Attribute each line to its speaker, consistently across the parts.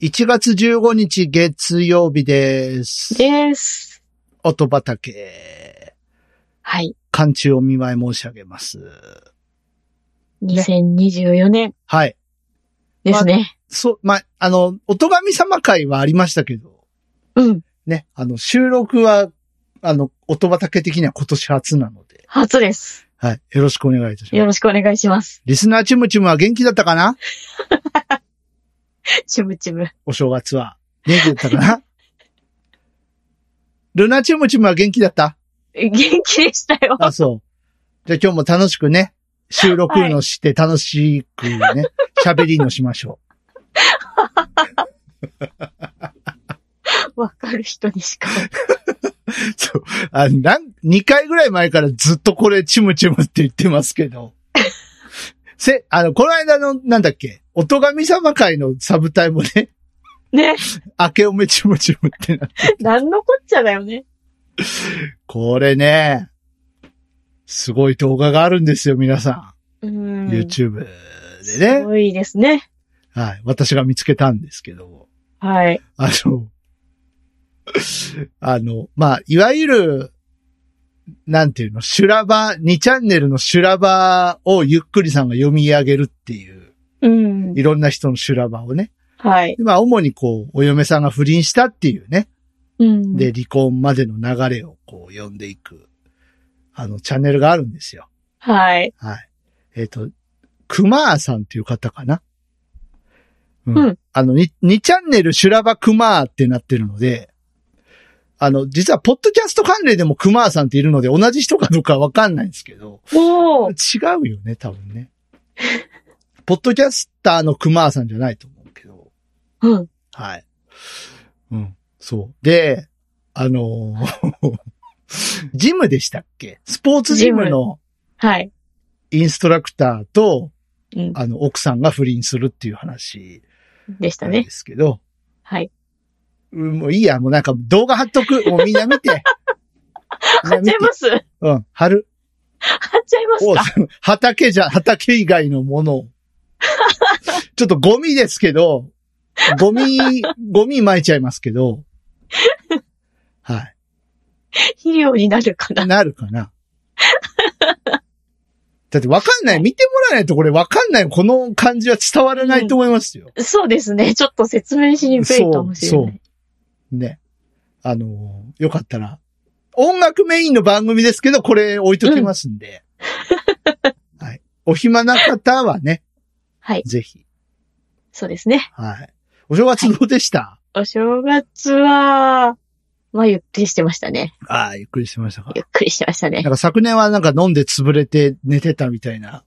Speaker 1: 1月15日月曜日です。
Speaker 2: です。
Speaker 1: 音畑。
Speaker 2: はい。
Speaker 1: 寒中お見舞い申し上げます。
Speaker 2: 2024年
Speaker 1: はい。
Speaker 2: ですね。
Speaker 1: そう、まあ、あの、音神様会はありましたけど、
Speaker 2: うん。
Speaker 1: ね、あの、収録は、あの、音畑的には今年初なので、
Speaker 2: 初です。
Speaker 1: はい。よろしくお願いいたし
Speaker 2: よ
Speaker 1: ます。
Speaker 2: ろしくお願いします。
Speaker 1: リスナーチムチムは元気だったかな
Speaker 2: ちむちむ。
Speaker 1: お正月は。元気だったか なルナチムチムは元気だった
Speaker 2: 元気でしたよ。
Speaker 1: あ、そう。じゃあ今日も楽しくね、収録のして楽しくね、喋、りのしましょ
Speaker 2: わかる人にしか。
Speaker 1: う。そう。 あ、なん、2回ぐらい前からずっとこれ、チムチムって言ってますけど。せ、あの、この間の、なんだっけ、音神様会のサブタイもね、
Speaker 2: ね。
Speaker 1: 明けおめチムチムってな。
Speaker 2: なんのこっちゃだよね。
Speaker 1: これね、すごい動画があるんですよ、皆さ。
Speaker 2: うんん。
Speaker 1: YouTube ですね。
Speaker 2: ごいですね。
Speaker 1: はい。私が見つけたんですけども。
Speaker 2: はい。
Speaker 1: あの、 あの、まあ、いわゆる、なんていうの、修羅場、2チャンネルの修羅場をゆっくりさんが読み上げるっていう、
Speaker 2: うん。
Speaker 1: いろんな人の修羅場をね。
Speaker 2: はい。
Speaker 1: でまあ、主にこう、お嫁さんが不倫したっていうね。
Speaker 2: うん。
Speaker 1: で、、離婚までの流れをこう、読んでいく、あの、チャンネルがあるんですよ。
Speaker 2: はい。
Speaker 1: はい。えっ、と、クマーさんっていう方かな。うん
Speaker 2: うん
Speaker 1: あの、に 2, チャンネル修羅場クマーってなってるので、あの、実は、ポッドキャスト関連でもクマーさんっているので、同じ人かどうかわかんないんですけど、
Speaker 2: おー。
Speaker 1: 違うよね、多分ね。ポッドキャスターのクマーさんじゃないと思うけど、
Speaker 2: うん。
Speaker 1: はい。うん、そう。で、あのージムでしたっけスポーツジムの
Speaker 2: はい。
Speaker 1: インストラクターと、
Speaker 2: うん。
Speaker 1: あの、奥さんが不倫するっていう話
Speaker 2: でし
Speaker 1: な
Speaker 2: た
Speaker 1: ん
Speaker 2: ね
Speaker 1: で。すけど、
Speaker 2: はい。
Speaker 1: うんもういいや、もうなんか動画貼っと く。もうみんな見て。みんな
Speaker 2: 貼っ
Speaker 1: 見
Speaker 2: ちゃ
Speaker 1: て
Speaker 2: います貼っ
Speaker 1: うん、貼る。
Speaker 2: ちゃいます
Speaker 1: お
Speaker 2: か
Speaker 1: その畑じゃ、畑以外のものを。 ちょっとゴミですけど、ゴミ、 ゴミ撒いちゃいますけど、はい。
Speaker 2: 肥料になるかな
Speaker 1: なるかな。だってわかんない。見てもらわないとこれわかんない。この感じは伝わらないと思いますよ。
Speaker 2: そうですね。ちょっと説明しにくいかもしれない。
Speaker 1: ね。あのーよかったら、音楽メインの番組ですけど、これ置いときますんで。はい。お暇な方はね、
Speaker 2: はい。
Speaker 1: ぜひ。
Speaker 2: そうですね。
Speaker 1: はい。お正月どうでした、
Speaker 2: お正月は、まあ、ゆっくりしてましたね。
Speaker 1: ああ、ゆっくりしてましたか。
Speaker 2: ゆっくりしてました
Speaker 1: な
Speaker 2: ね。
Speaker 1: んか昨年はなんか飲んで潰れて寝てたみたいな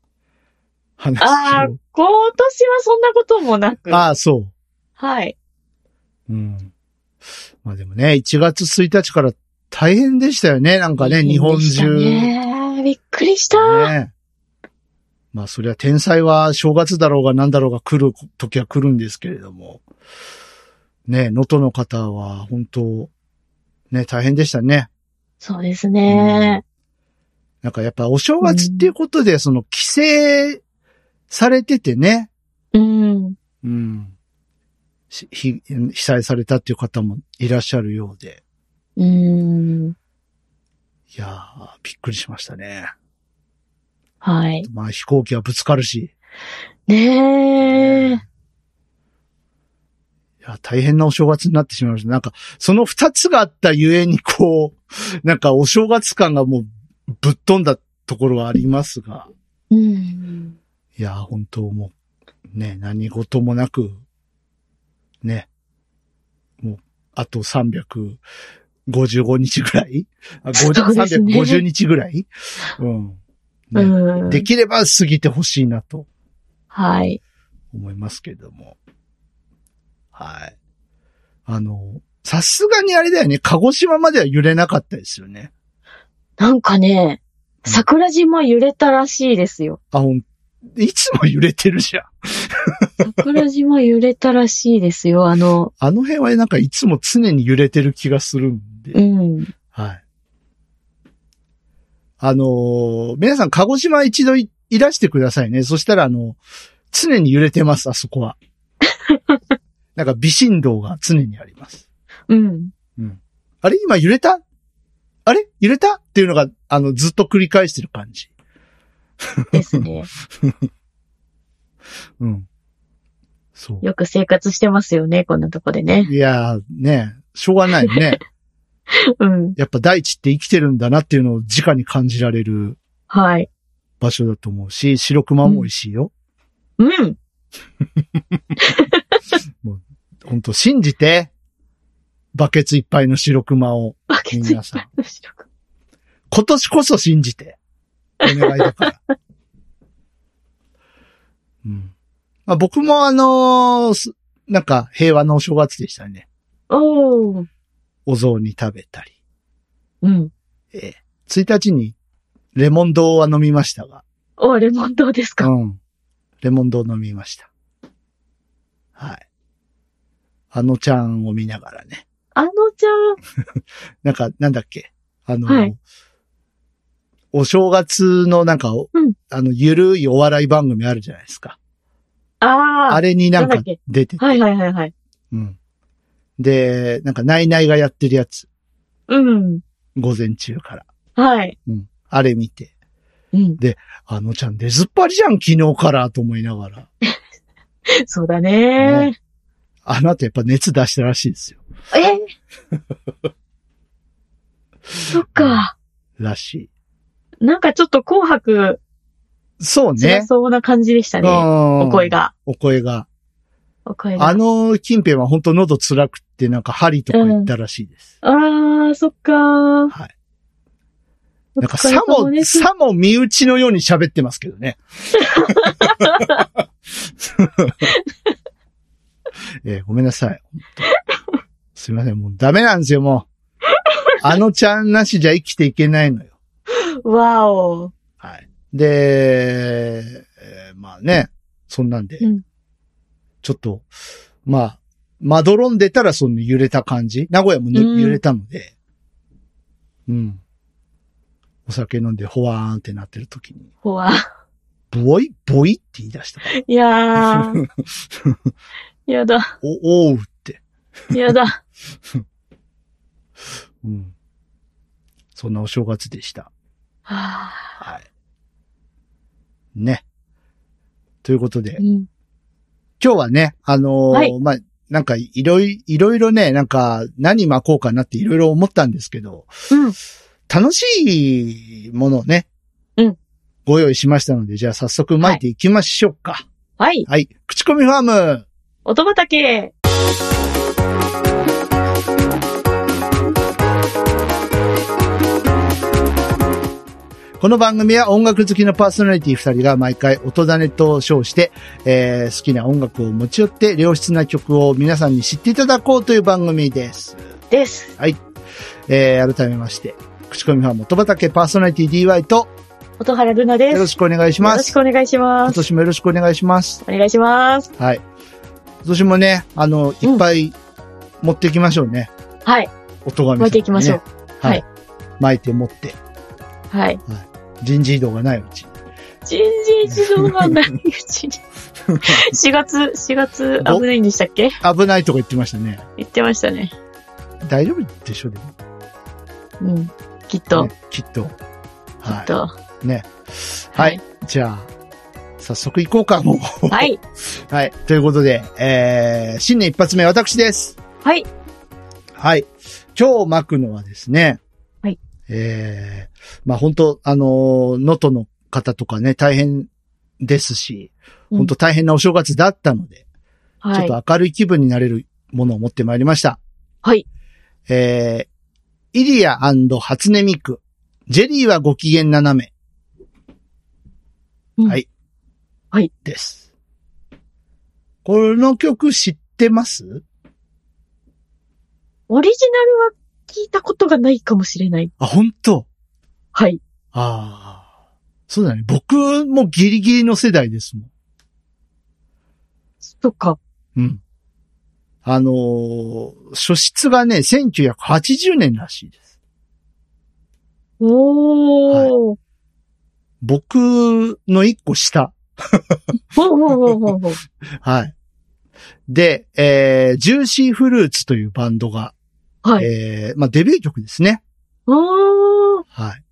Speaker 1: 話
Speaker 2: あ
Speaker 1: を。
Speaker 2: 今年はそんなこともなく。
Speaker 1: ああ、そ
Speaker 2: はい。
Speaker 1: う。うん。まあでもね、1月1日から大変でしたよね。なんかね、日本
Speaker 2: でした
Speaker 1: 中。
Speaker 2: ねびっくりした。
Speaker 1: ねまあ、そりゃ天才は正月だろうが何だろうが来る時は来るんですけれども。ね能登の方は本当、ね、大変でしたね。
Speaker 2: そうですね。
Speaker 1: なんかやっぱお正月っていうことで、その帰省されててね、
Speaker 2: うん。
Speaker 1: うん。しひ被災されたっていう方もいらっしゃるようで。
Speaker 2: うん。
Speaker 1: いやー、びっくりしましたね。
Speaker 2: はい。
Speaker 1: まあ飛行機はぶつかるし。
Speaker 2: ねえ。
Speaker 1: いや、大変なお正月になってしまいました。なんか、その二つがあったゆえに、こう、なんかお正月感がもうぶっ飛んだところはありますが、
Speaker 2: うん。
Speaker 1: いや、本当もう、ね、何事もなく、ね、もう、あと355日ぐらいあ、
Speaker 2: そうです
Speaker 1: 50
Speaker 2: ね
Speaker 1: 350日ぐらいうん、
Speaker 2: う
Speaker 1: ね
Speaker 2: ん。
Speaker 1: できれば過ぎてほしいなと
Speaker 2: はい。
Speaker 1: 思いますけども。はい。あの、さすがにあれだよね、鹿児島までは揺れなかったですよね。
Speaker 2: なんかね、
Speaker 1: うん
Speaker 2: 桜島揺れたらしいですよ。
Speaker 1: あ、ほん、いつも揺れてるじゃん。
Speaker 2: 桜島揺れたらしいですよ。あの、
Speaker 1: あの辺はなんかいつも常に揺れてる気がするんで。
Speaker 2: うん。
Speaker 1: はい。あのー皆さん鹿児島一度いいらしてくださいね。そしたらあの、常に揺れてます、あそこは。なんか微振動が常にあります。
Speaker 2: うん。
Speaker 1: あれ今揺れたあれ揺れたっていうのが、あの、ずっと繰り返してる感じ。
Speaker 2: ですね。
Speaker 1: うん。そう。
Speaker 2: よく生活してますよね、こんなとこでね。
Speaker 1: いやー、ねしょうがないね。
Speaker 2: うん。
Speaker 1: やっぱ大地って生きてるんだなっていうのを直に感じられる
Speaker 2: はい。
Speaker 1: 場所だと思うし、白熊も美味しいよ。
Speaker 2: うん。
Speaker 1: ほんと、信じて、バケツいっぱいの白熊を、
Speaker 2: バケツいっぱいの白く。
Speaker 1: 今年こそ信じて、お願いだから。 うん。まあ、僕もあのーすなんか平和のお正月でしたね。
Speaker 2: おー。
Speaker 1: お雑煮食べたり。
Speaker 2: うん。
Speaker 1: ええ1日にレモン堂は飲みましたが。
Speaker 2: おー、レモンどうですか
Speaker 1: うん。レモン堂飲みました。はい。あのちゃんを見ながらね。
Speaker 2: あのち
Speaker 1: なんか、なんだっけあの、
Speaker 2: はい
Speaker 1: お正月のなんかお、
Speaker 2: うん
Speaker 1: あの、ゆるいお笑い番組あるじゃないですか。
Speaker 2: ゃん。あー。
Speaker 1: あれになんか
Speaker 2: なんだっけ
Speaker 1: 出てて、
Speaker 2: はいはいはいはい。
Speaker 1: うん。で、なんか、ナイナイがやってるやつ、
Speaker 2: うん。
Speaker 1: 午前中から。
Speaker 2: はい。
Speaker 1: うん。あれ見て、
Speaker 2: うん。
Speaker 1: あのちゃん出ずっぱりじゃん、昨日から、と思いながら。
Speaker 2: そうだね
Speaker 1: あの後やっぱ熱出したらしいですよ。
Speaker 2: え ーそっか。
Speaker 1: らし
Speaker 2: なんかちょっと紅白、
Speaker 1: い。そう
Speaker 2: 辛
Speaker 1: ね。
Speaker 2: そうな感じでしたね。お
Speaker 1: お
Speaker 2: 声。が。
Speaker 1: お声が。
Speaker 2: お声が。
Speaker 1: あの近辺は本当喉辛くって、なんか針とか行ったらしいです。
Speaker 2: あー、そっかー。
Speaker 1: はい。
Speaker 2: お疲
Speaker 1: な
Speaker 2: れ様
Speaker 1: んかさも、
Speaker 2: です
Speaker 1: さも身内のように喋ってますけど ね。えーごめんなさい。本当すいません。もうダメなんですよ、もう。あのちゃんなしじゃ生きていけないのよ。
Speaker 2: わお。
Speaker 1: はい。で、えーまあね、そんなんで、
Speaker 2: うん
Speaker 1: ちょっと、まあ、まどろんでたらその揺れた感じ、名古屋もぬ、
Speaker 2: うん
Speaker 1: 揺れたので、うん。お酒飲んでほわーんってなってる時に、
Speaker 2: ほわ。
Speaker 1: ボイ、ボイって言い出したから。
Speaker 2: いやー。やだ、
Speaker 1: お、おうって。
Speaker 2: やだ。
Speaker 1: うん。そんなお正月でした。
Speaker 2: は
Speaker 1: はい。ね。ということで
Speaker 2: ー、うん
Speaker 1: 今日はね、あのー
Speaker 2: はい
Speaker 1: まあ、なんかいろい、いろいろね、なんか何巻こうかなっていろいろ思ったんですけど、
Speaker 2: うん。
Speaker 1: 楽しいものをね、
Speaker 2: うん。
Speaker 1: ご用意しましたので、じゃあ早速巻いていきましょうか。
Speaker 2: はい。
Speaker 1: はい。口コミファーム
Speaker 2: 音畑。
Speaker 1: この番組は音楽好きのパーソナリティ二人が毎回音種と称して、えー好きな音楽を持ち寄って良質な曲を皆さんに知っていただこうという番組です。
Speaker 2: です。
Speaker 1: えー改めまして、口コミファーム音畑パーソナリティ DY と
Speaker 2: 音原ルナです。
Speaker 1: よろしくお願いし
Speaker 2: よ
Speaker 1: ま
Speaker 2: ろ
Speaker 1: す
Speaker 2: し。くお願いしま
Speaker 1: 今
Speaker 2: す。
Speaker 1: 年もよろしくお願いします。
Speaker 2: お願いします。
Speaker 1: はい。今年もね、あの、いっぱい持っていきましょうね。
Speaker 2: はい。
Speaker 1: 音が
Speaker 2: 巻いていきましょう。。
Speaker 1: は
Speaker 2: はいい。
Speaker 1: 巻いて持って、
Speaker 2: はい。
Speaker 1: 人事異動がないうち。
Speaker 2: 人事一動がないうち に。4月、4月危ないんでしたっけ
Speaker 1: 危ないとか言ってましたね。
Speaker 2: 言ってましたね。
Speaker 1: 大丈夫でしょうでも、
Speaker 2: うん。きっと、
Speaker 1: ねきっと。
Speaker 2: きっ
Speaker 1: は
Speaker 2: と。
Speaker 1: い。ね。はい。。じゃあ、早速行こうか、もう。
Speaker 2: はい。
Speaker 1: はい。ということで、えー、新年一発目、私です。
Speaker 2: はい。
Speaker 1: はい。今日巻くのはですね。
Speaker 2: はい。
Speaker 1: えー、まあ本当あのー能登の方とかね、大変ですし、
Speaker 2: うん
Speaker 1: 本当大変なお正月だったので、
Speaker 2: は
Speaker 1: ちょ
Speaker 2: い。
Speaker 1: っと明るい気分になれるものを持ってまいりました。
Speaker 2: はい。
Speaker 1: えー、イリア初音ミク、ジェリーはご機嫌斜め。
Speaker 2: うん
Speaker 1: はい。
Speaker 2: はい。
Speaker 1: です。この曲知ってます
Speaker 2: オリジナルは聞いたことがないかもしれない。
Speaker 1: あ、本当
Speaker 2: はい。
Speaker 1: ああ。そうだね。僕もギリギリの世代ですも
Speaker 2: そっか。
Speaker 1: ん。うん。あのー初出がね、1980年らしいです。
Speaker 2: おー。
Speaker 1: 僕の一個下。
Speaker 2: ほうほうほうほうほう。
Speaker 1: はい。で、えー、ジューシーフルーツというバンドが、
Speaker 2: はい。
Speaker 1: えー、まあ、デビュー曲ですね。
Speaker 2: おー。
Speaker 1: はい。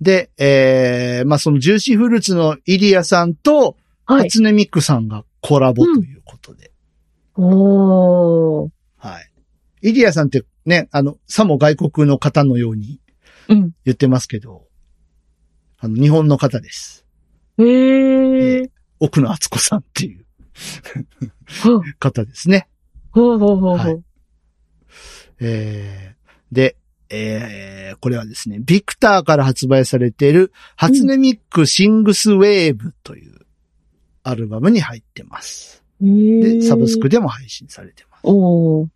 Speaker 1: で、えー、まあ、そのジューシーフルーツのイリアさんと、
Speaker 2: はい。
Speaker 1: 初音ミクさんがコラボということで。
Speaker 2: おー。
Speaker 1: はい。イリアさんってね、あの、さも外国の方のように
Speaker 2: うん。
Speaker 1: 言ってますけど、あの、日本の方です。
Speaker 2: へえ。
Speaker 1: 奥野敦子さんっていう
Speaker 2: ほう
Speaker 1: 方ですね。
Speaker 2: ほうほうほう
Speaker 1: は
Speaker 2: ほ。
Speaker 1: いうえーで、えーこれはですね、ビクターから発売されている、初音ミックシングスウェーブというアルバムに入ってます。
Speaker 2: へ
Speaker 1: で、
Speaker 2: え
Speaker 1: サブスク。でも配信されてます。
Speaker 2: おー。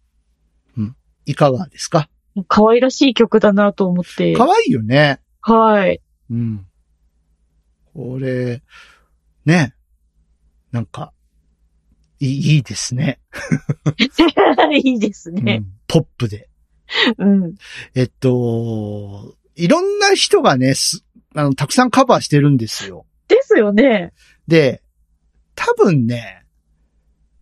Speaker 1: いかがですか
Speaker 2: 可愛らしい曲だなと思って。
Speaker 1: 可愛いよね。
Speaker 2: はい。
Speaker 1: うん。これ、ね。なんか、いいいいですね。
Speaker 2: いいです
Speaker 1: う
Speaker 2: ね。
Speaker 1: ん、ポップで。
Speaker 2: うん。
Speaker 1: えっと、いろんな人がね、すあの、たくさんカバーしてるんですよ。
Speaker 2: ですよね。
Speaker 1: で、多分ね、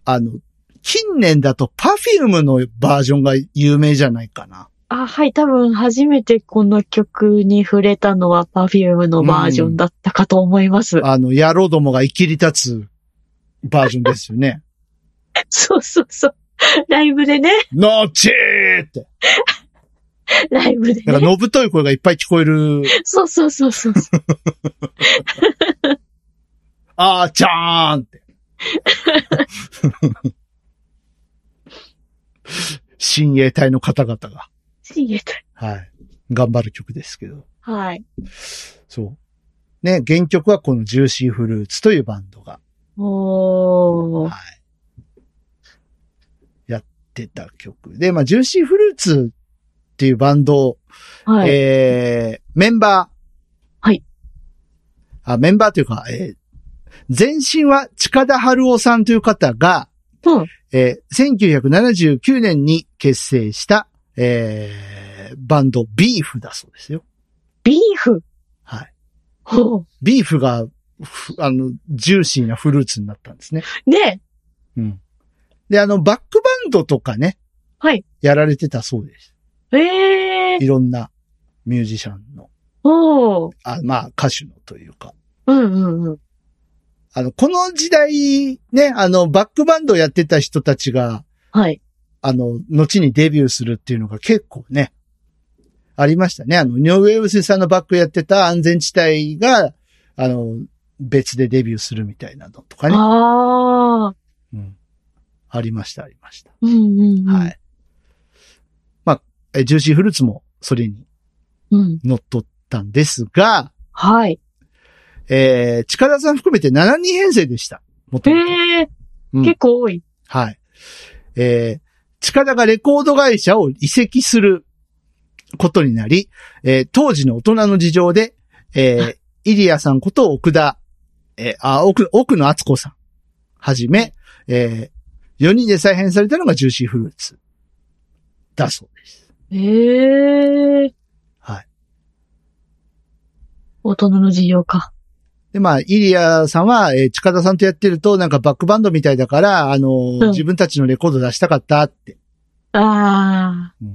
Speaker 1: あの、近年だとパフィウムのバージョンが有名じゃないかな。
Speaker 2: あ、はい。多分、初めてこの曲に触れたのは、Perfume のバージョンだったかと思います。
Speaker 1: あの、野郎どもが生きり立つバージョンですよね。
Speaker 2: そうそうそう。ライブでね。
Speaker 1: ノーチーって。
Speaker 2: ライブで
Speaker 1: なんか、
Speaker 2: ね。
Speaker 1: のぶとい声がいっぱい聞こえる、
Speaker 2: そうそうそうそう。
Speaker 1: あーちゃーんって。 親衛隊の方々が、
Speaker 2: 信玄隊
Speaker 1: はい。頑張る曲ですけど。
Speaker 2: はい。
Speaker 1: そう。ね、原曲はこのジューシーフルーツというバンドが、
Speaker 2: お
Speaker 1: は
Speaker 2: ー。
Speaker 1: い。やってた曲。で、まあ、ジューシーフルーツっていうバンド、
Speaker 2: はい。
Speaker 1: えー、メンバー。
Speaker 2: はい。
Speaker 1: あ、メンバーというか、えー、前身は近田春夫さんという方が、
Speaker 2: うん。
Speaker 1: えー、1979年に結成した、えー、バンドビーフだそうですよ。
Speaker 2: ビーフ。
Speaker 1: はい。
Speaker 2: ほう。
Speaker 1: ビーフが、ふあの、ジューシーなフルーツになったんですね。
Speaker 2: ね。
Speaker 1: うん。で、あの、バックバンドとかね。
Speaker 2: はい。
Speaker 1: やられてたそうです。
Speaker 2: ええー。
Speaker 1: いろんなミュージシャンの、
Speaker 2: おー。
Speaker 1: あまあ、歌手のというか。
Speaker 2: うんうんうん。
Speaker 1: あの、この時代、ね、あの、バックバンドやってた人たちが、
Speaker 2: はい。
Speaker 1: あの、後にデビューするっていうのが結構ね、ありましたね。あの、ニョウエウセさんのバックやってた安全地帯が、あの、別でデビューするみたいなのとかね。
Speaker 2: あー。
Speaker 1: うん。ありました、ありました。
Speaker 2: うんうんうん。
Speaker 1: はい。まあ、えジューシーフルーツもそれに
Speaker 2: うん。
Speaker 1: 乗っ取ったんですが、
Speaker 2: はい。
Speaker 1: えー、近田さん含めて7人編成でした。もともと
Speaker 2: ええ
Speaker 1: うん
Speaker 2: ー。結構多い。
Speaker 1: はい。えー、近田がレコード会社を移籍することになり、えー当時の大人の事情で、えー、イリアさんこと奥田、えーあ、奥、奥野敦子さん、はじめ、えー、4人で再編されたのがジューシーフルーツ。だそうです。
Speaker 2: ええー。
Speaker 1: はい。
Speaker 2: 大人の事情か。
Speaker 1: で、まあ、イリアさんは、えー近田さんとやってると、なんかバックバンドみたいだから、あのー
Speaker 2: うん
Speaker 1: 自分たちのレコード出したかったって
Speaker 2: あー。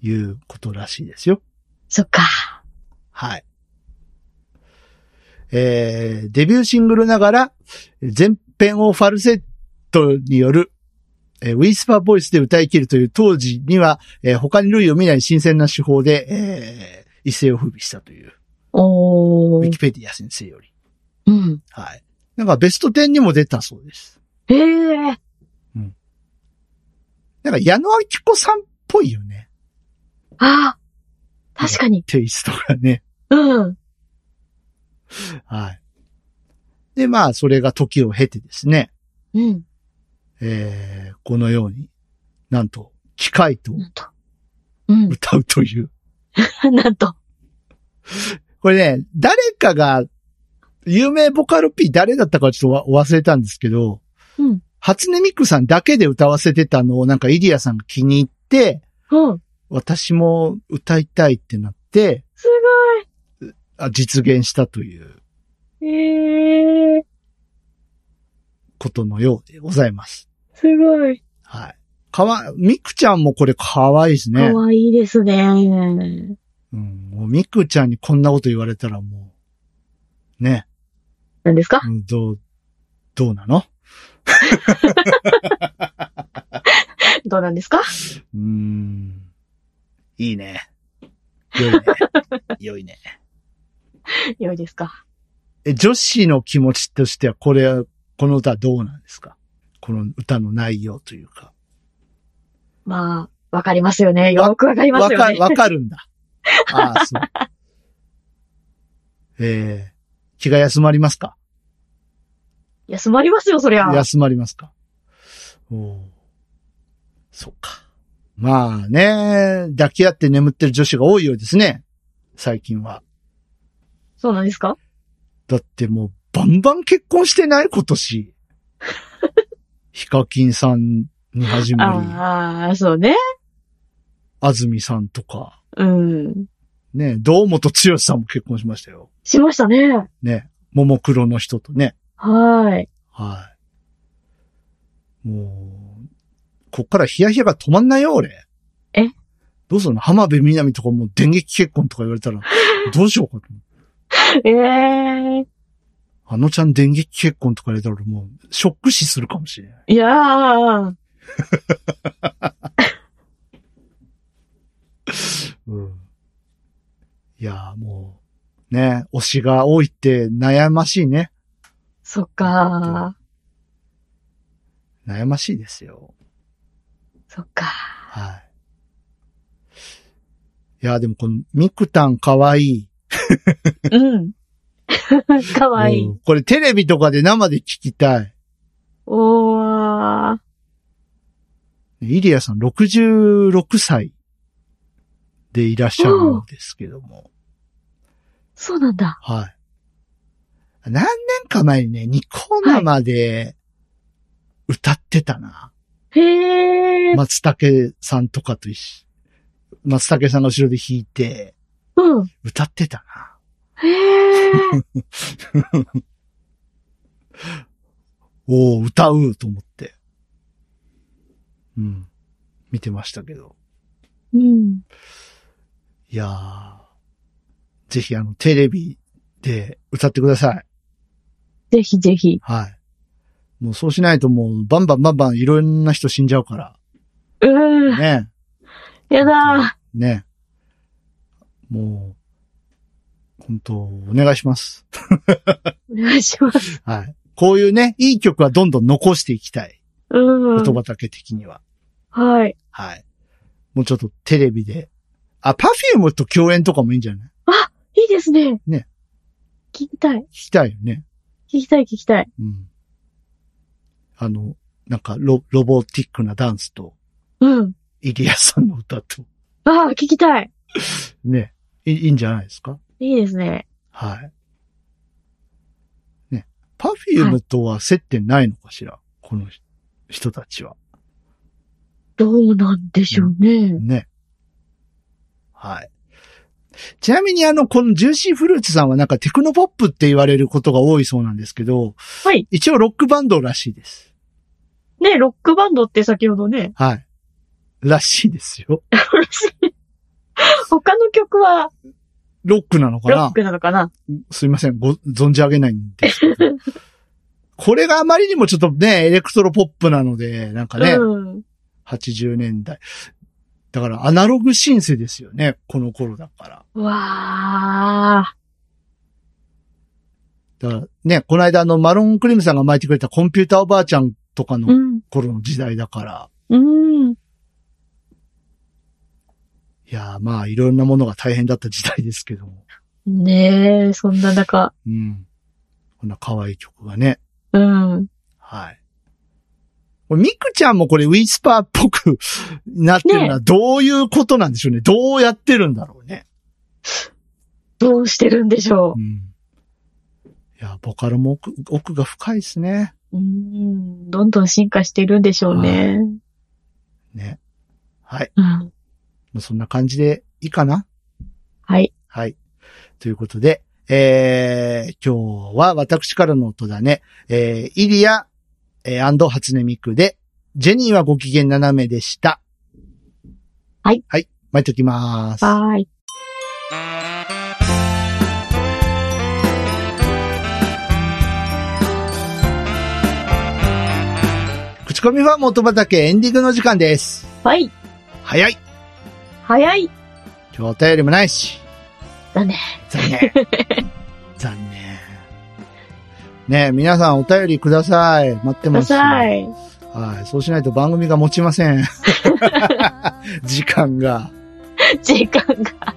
Speaker 1: いうことらしいですよ。
Speaker 2: そっか。
Speaker 1: はい。えー、デビューシングルながら、前編をファルセットによる、えーウィスパーボイスで歌い切るという当時には、えー他に類を見ない新鮮な手法で、えー一世を風靡したという、
Speaker 2: お
Speaker 1: ウィ
Speaker 2: ー
Speaker 1: キ。ペディア先生より。
Speaker 2: うん。
Speaker 1: はい。なんかベスト10にも出たそうです。
Speaker 2: ええー。
Speaker 1: なんか矢野明子さんっぽいよね。
Speaker 2: ああ。確かに。
Speaker 1: テイストがね。
Speaker 2: うん。
Speaker 1: はい。で、まあ、それが時を経てですね。
Speaker 2: うん。
Speaker 1: えーこのように、なんと、機械と
Speaker 2: なんと。うん。
Speaker 1: 歌うという。
Speaker 2: なんと。
Speaker 1: これね、誰かが、有名ボカロ P 誰だったかちょっとわ忘れたんですけど、
Speaker 2: うん。
Speaker 1: 初音ミクさんだけで歌わせてたのをなんかイリアさんが気に入って、
Speaker 2: うん。
Speaker 1: 私も歌いたいってなって、
Speaker 2: す
Speaker 1: あ実現したという。
Speaker 2: ごい。ええ
Speaker 1: ことのようでございます。
Speaker 2: すごい。
Speaker 1: はい。かわ、みくちゃんもこれかわいいです
Speaker 2: か
Speaker 1: ね。
Speaker 2: わいいですね。
Speaker 1: うん。もうみくちゃんにこんなこと言われたらもう、ね。
Speaker 2: 何ですか
Speaker 1: うんどう、どうなの
Speaker 2: どうなんですか
Speaker 1: うーん。いいね。良いね。 良いね。
Speaker 2: 良いですか
Speaker 1: え、女子の気持ちとしては、これは、この歌はどうなんですかこの歌の内容というか。
Speaker 2: まあ、わかりますよね。よくわかりま
Speaker 1: わ
Speaker 2: すよ
Speaker 1: か、
Speaker 2: ね。
Speaker 1: わかるんだ。 ああ、そう。えー、気が休まりますか
Speaker 2: 休まりますよ、そりゃ。
Speaker 1: 休まりますかおーそうか。まあね、抱き合って眠ってる女子が多いようですね。最近は。
Speaker 2: そうなんですか
Speaker 1: だってもうバンバン結婚してない今 年。ヒカキンさんに始ま
Speaker 2: ああ、そうね。
Speaker 1: り、安住さんとか、
Speaker 2: うん。
Speaker 1: ね、堂本剛さんも結婚しましたよ。
Speaker 2: しましたね。
Speaker 1: ね、ももクロの人とね。
Speaker 2: はい。
Speaker 1: はい。もう、こっからヒヤヒヤが止まんないよ、俺。
Speaker 2: え
Speaker 1: どうするの浜辺美波とかもう電撃結婚とか言われたら、どうしようかと思う。
Speaker 2: ええ
Speaker 1: あのちゃん電撃結婚とか言われたら俺もう、ショック死するかもしれない。
Speaker 2: いやー。
Speaker 1: うんいやー、もう、ね、推しが多いって悩ましいね。
Speaker 2: そっか
Speaker 1: 悩ましいですよ。
Speaker 2: ー。そっか
Speaker 1: はい。いやー、でもこの、ミクタンかわいい。
Speaker 2: ー。うん。 かわいうい。
Speaker 1: んこれテレビとかで生で聞きたい。
Speaker 2: おー。
Speaker 1: イリアさん66歳でいらっしゃるんですけども。
Speaker 2: そうなんだ。
Speaker 1: はい。何年か前にね、ニコ生で歌ってたな。
Speaker 2: へえ。
Speaker 1: 松竹さんとかと一緒。松竹さんが後ろで弾いて、
Speaker 2: うん。
Speaker 1: 歌ってたな。
Speaker 2: へえ。
Speaker 1: おお、歌うと思って。うん。見てましたけど。
Speaker 2: うん。
Speaker 1: いやー。ぜひあの、テレビで歌ってください。
Speaker 2: ぜひぜひ。
Speaker 1: はい。もうそうしないともう、バンバンバンバンいろんな人死んじゃうか
Speaker 2: うー
Speaker 1: ら。
Speaker 2: ん。
Speaker 1: ね。
Speaker 2: やだ
Speaker 1: ね。もう、本当お願いします。
Speaker 2: ー。お願いします。
Speaker 1: はい。こういうね、いい曲はどんどん残していきたい。
Speaker 2: うん。
Speaker 1: 言葉だけ的には。
Speaker 2: はい。
Speaker 1: はい。もうちょっとテレビで。あ、パフュームと共演とかもいいんじゃない
Speaker 2: いいですね。
Speaker 1: ね。
Speaker 2: 聞きたい。
Speaker 1: 聞きたいよね。
Speaker 2: 聞きたい、聞きたい。
Speaker 1: うん。あの、なんかロ、ロボティックなダンスと、
Speaker 2: うん。
Speaker 1: イリアさんの歌と、
Speaker 2: ああ、聞きたい。
Speaker 1: ね、いいいんじゃないですか
Speaker 2: いいですね。
Speaker 1: はい。ね、パフュームとは接点ないのかしら、この人人たちは。
Speaker 2: どうなんでしょうね。
Speaker 1: ね。はい。ちなみにあの、このジューシーフルーツさんはなんかテクノポップって言われることが多いそうなんですけど、
Speaker 2: はい。
Speaker 1: 一応ロックバンドらしいです。
Speaker 2: ね、ロックバンドって先ほどね、
Speaker 1: はい。らしいですよ。
Speaker 2: 他の曲は
Speaker 1: ロックなのか
Speaker 2: ロッ
Speaker 1: な
Speaker 2: クなのかな
Speaker 1: すいません、ご、存じ上げないんですけど。これがあまりにもちょっとね、エレクトロポップなので、なんかね、
Speaker 2: うん。
Speaker 1: 80年代。だからアナログシンセですよね、この頃だから。
Speaker 2: わあ。
Speaker 1: だからね、この間あの、マロンクリームさんが巻いてくれたコンピューターおばあちゃんとかの
Speaker 2: うん。
Speaker 1: 頃の時代だから、
Speaker 2: うん。
Speaker 1: いやーまあいろんなものが大変だった時代ですけども、
Speaker 2: ねえ、そんな中。
Speaker 1: うん。こんな可愛い曲がね、
Speaker 2: うん。
Speaker 1: はい。これミクちゃんもこれウィスパーっぽくなってるのはどういうことなんでしょうね。どうやってるんだろうね。
Speaker 2: どうしてるんでしょ
Speaker 1: うん。いや、ボカロも奥奥が深いですね。
Speaker 2: う。うん。どんどん進化してるんでしょうね。
Speaker 1: ね。はい。
Speaker 2: うん。
Speaker 1: もうそんな感じでいいかな
Speaker 2: はい。
Speaker 1: はい。ということで、えー、今日は私からの音だね。えー、イリア、えー、アンド初音ミクで、ジェニーはご機嫌斜めでした。
Speaker 2: はい。
Speaker 1: はい。巻いときます。
Speaker 2: はーい。
Speaker 1: 口コミファン元畑エンディングの時間です。
Speaker 2: はい。
Speaker 1: 早い。
Speaker 2: 早い。
Speaker 1: 今日お便りもないし。
Speaker 2: だね。
Speaker 1: 残 念。残念。ねえ、皆さんお便りください。待って
Speaker 2: くだ
Speaker 1: ます。
Speaker 2: さい。
Speaker 1: はい。そうしないと番組が持ちません。 時間が。
Speaker 2: 時間が。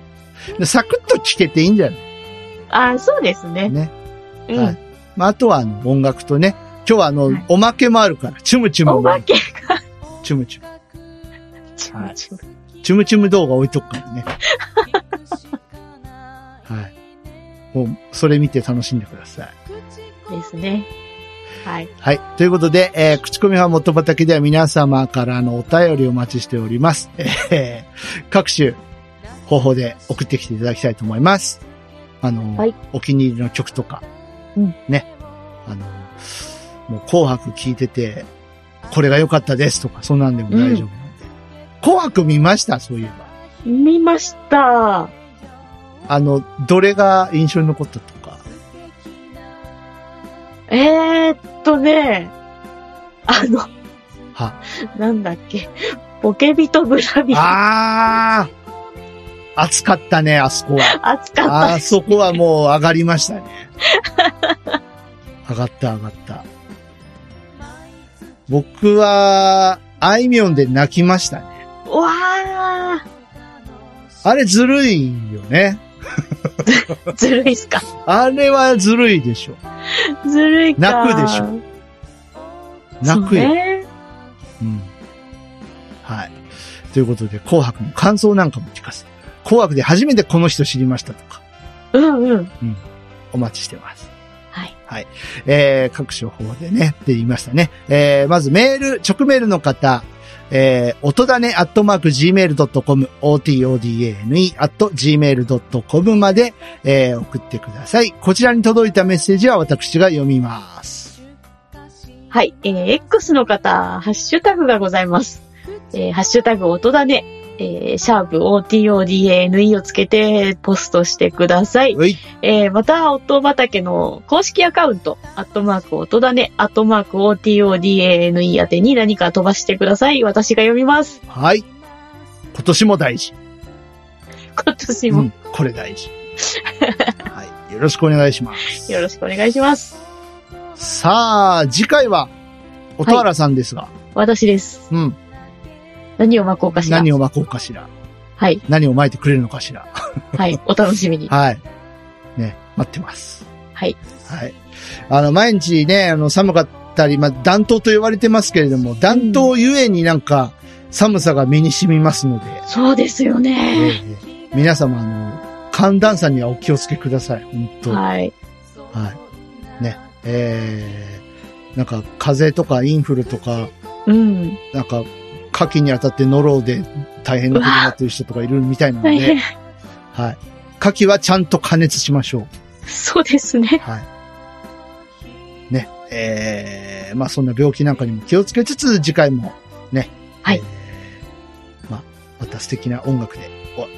Speaker 1: でサクッと聞けていいんじゃない
Speaker 2: あ、そうですね。
Speaker 1: ね。
Speaker 2: うん。
Speaker 1: はいまあ、あとはあの音楽とね。今日はあの、
Speaker 2: はい
Speaker 1: おまけもあるから。チュムチュム
Speaker 2: お
Speaker 1: もあ
Speaker 2: ま
Speaker 1: る。
Speaker 2: け。
Speaker 1: チュムチュム。
Speaker 2: ち
Speaker 1: はい
Speaker 2: ち
Speaker 1: チュムチュム動画置いとくからね。はい。もう、それ見て楽しんでください。
Speaker 2: ですね。はい。
Speaker 1: はい。ということで、えー、口コミは元畑では皆様からのお便りをお待ちしております。えー、各種方法で送ってきていただきたいと思います。あの、
Speaker 2: はい
Speaker 1: お気に入りの曲とか、
Speaker 2: うん
Speaker 1: ね。あの、もう紅白聞いてて、これが良かったですとか、そんなんでも大丈夫なんで。紅白見ましたそういえば。
Speaker 2: 見ました。
Speaker 1: あの、どれが印象に残ったとか。
Speaker 2: えー、っとね、あの、
Speaker 1: は
Speaker 2: なんだっけ、ポケビとブラビア。
Speaker 1: あー暑かったね、あそこは。
Speaker 2: 暑かった
Speaker 1: あ
Speaker 2: です。
Speaker 1: そこはもう上がりましたね。上がった上がった。僕は、あいみょんで泣きましたね。
Speaker 2: うわ
Speaker 1: あれずるいよね。
Speaker 2: ー、ずるいっすか。
Speaker 1: あれはずるいでしょ。
Speaker 2: ずるいか。
Speaker 1: 泣くでしょ泣くよ。
Speaker 2: そうね
Speaker 1: うん。はい。ということで、紅白の感想なんかも聞かせて。紅白で初めてこの人知りましたとか。
Speaker 2: うんうん。
Speaker 1: お待ちしてます。
Speaker 2: はい。
Speaker 1: はい。えー、各種方でね、って言いましたね。えー、まずメール、直メールの方、えー、音だね、アットマーク、gmail.com、otodane、アット、gmail.com まで、えー、送ってください。こちらに届いたメッセージは私が読みます。
Speaker 2: はい。えー、X の方、ハッシュタグがございます。えー、ハッシュタグ音だね。えー、シャープ OTODANE をつけてポストしてください。
Speaker 1: うい。
Speaker 2: えーまた、音畑の公式アカウント、アットマーク音だね、アットマーク OTODANE 宛てに何か飛ばしてください。私が読みます。
Speaker 1: はい。今年も大事。
Speaker 2: 今年
Speaker 1: う
Speaker 2: も
Speaker 1: ん、これ 大事。はい。よろしくお願いします。
Speaker 2: よろしくお願いします。
Speaker 1: さあ、次回は、音原さんですが、
Speaker 2: 私です。
Speaker 1: うん。
Speaker 2: 何を巻こうかしら。
Speaker 1: 何を巻こうかしら。
Speaker 2: はい。
Speaker 1: 何を巻いてくれるのかしら。
Speaker 2: はい。お楽しみに。
Speaker 1: はい。ね、待ってます。
Speaker 2: はい。
Speaker 1: はい。あの、毎日ね、あの、寒かったり、まあ、暖冬と言われてますけれども、暖冬ゆえになんか、寒さが身に染みますので、
Speaker 2: そうですよ
Speaker 1: え
Speaker 2: ね。
Speaker 1: え皆様、あの、寒暖差にはお気をつけください。本当はい。
Speaker 2: はい。
Speaker 1: ね、えー、なんか、風邪とかインフルとか、
Speaker 2: うん。
Speaker 1: なんか、夏季にあたってノロで大変なことになってる人とかいるみたいなの
Speaker 2: 大変
Speaker 1: で、。はい。夏季はちゃんと加熱しましょう。
Speaker 2: そうですね。
Speaker 1: はい。ね、えー、まあそんな病気なんかにも気をつけつつ、次回もね、
Speaker 2: はい
Speaker 1: えーまあ、また素敵な音楽で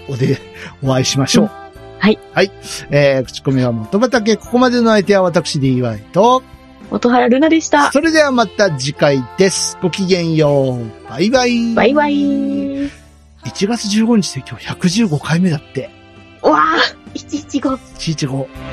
Speaker 1: お、おで、お会いしましょう。
Speaker 2: はい。
Speaker 1: はい。えー、口コミは元畑、ここまでの相手は私 DY と、
Speaker 2: 音原ルナでした。
Speaker 1: それではまた次回です。ごきげんよう。バイバイ。
Speaker 2: バイバイ。
Speaker 1: 1月15日で今日115回目だって。
Speaker 2: うわあ、115。
Speaker 1: 115。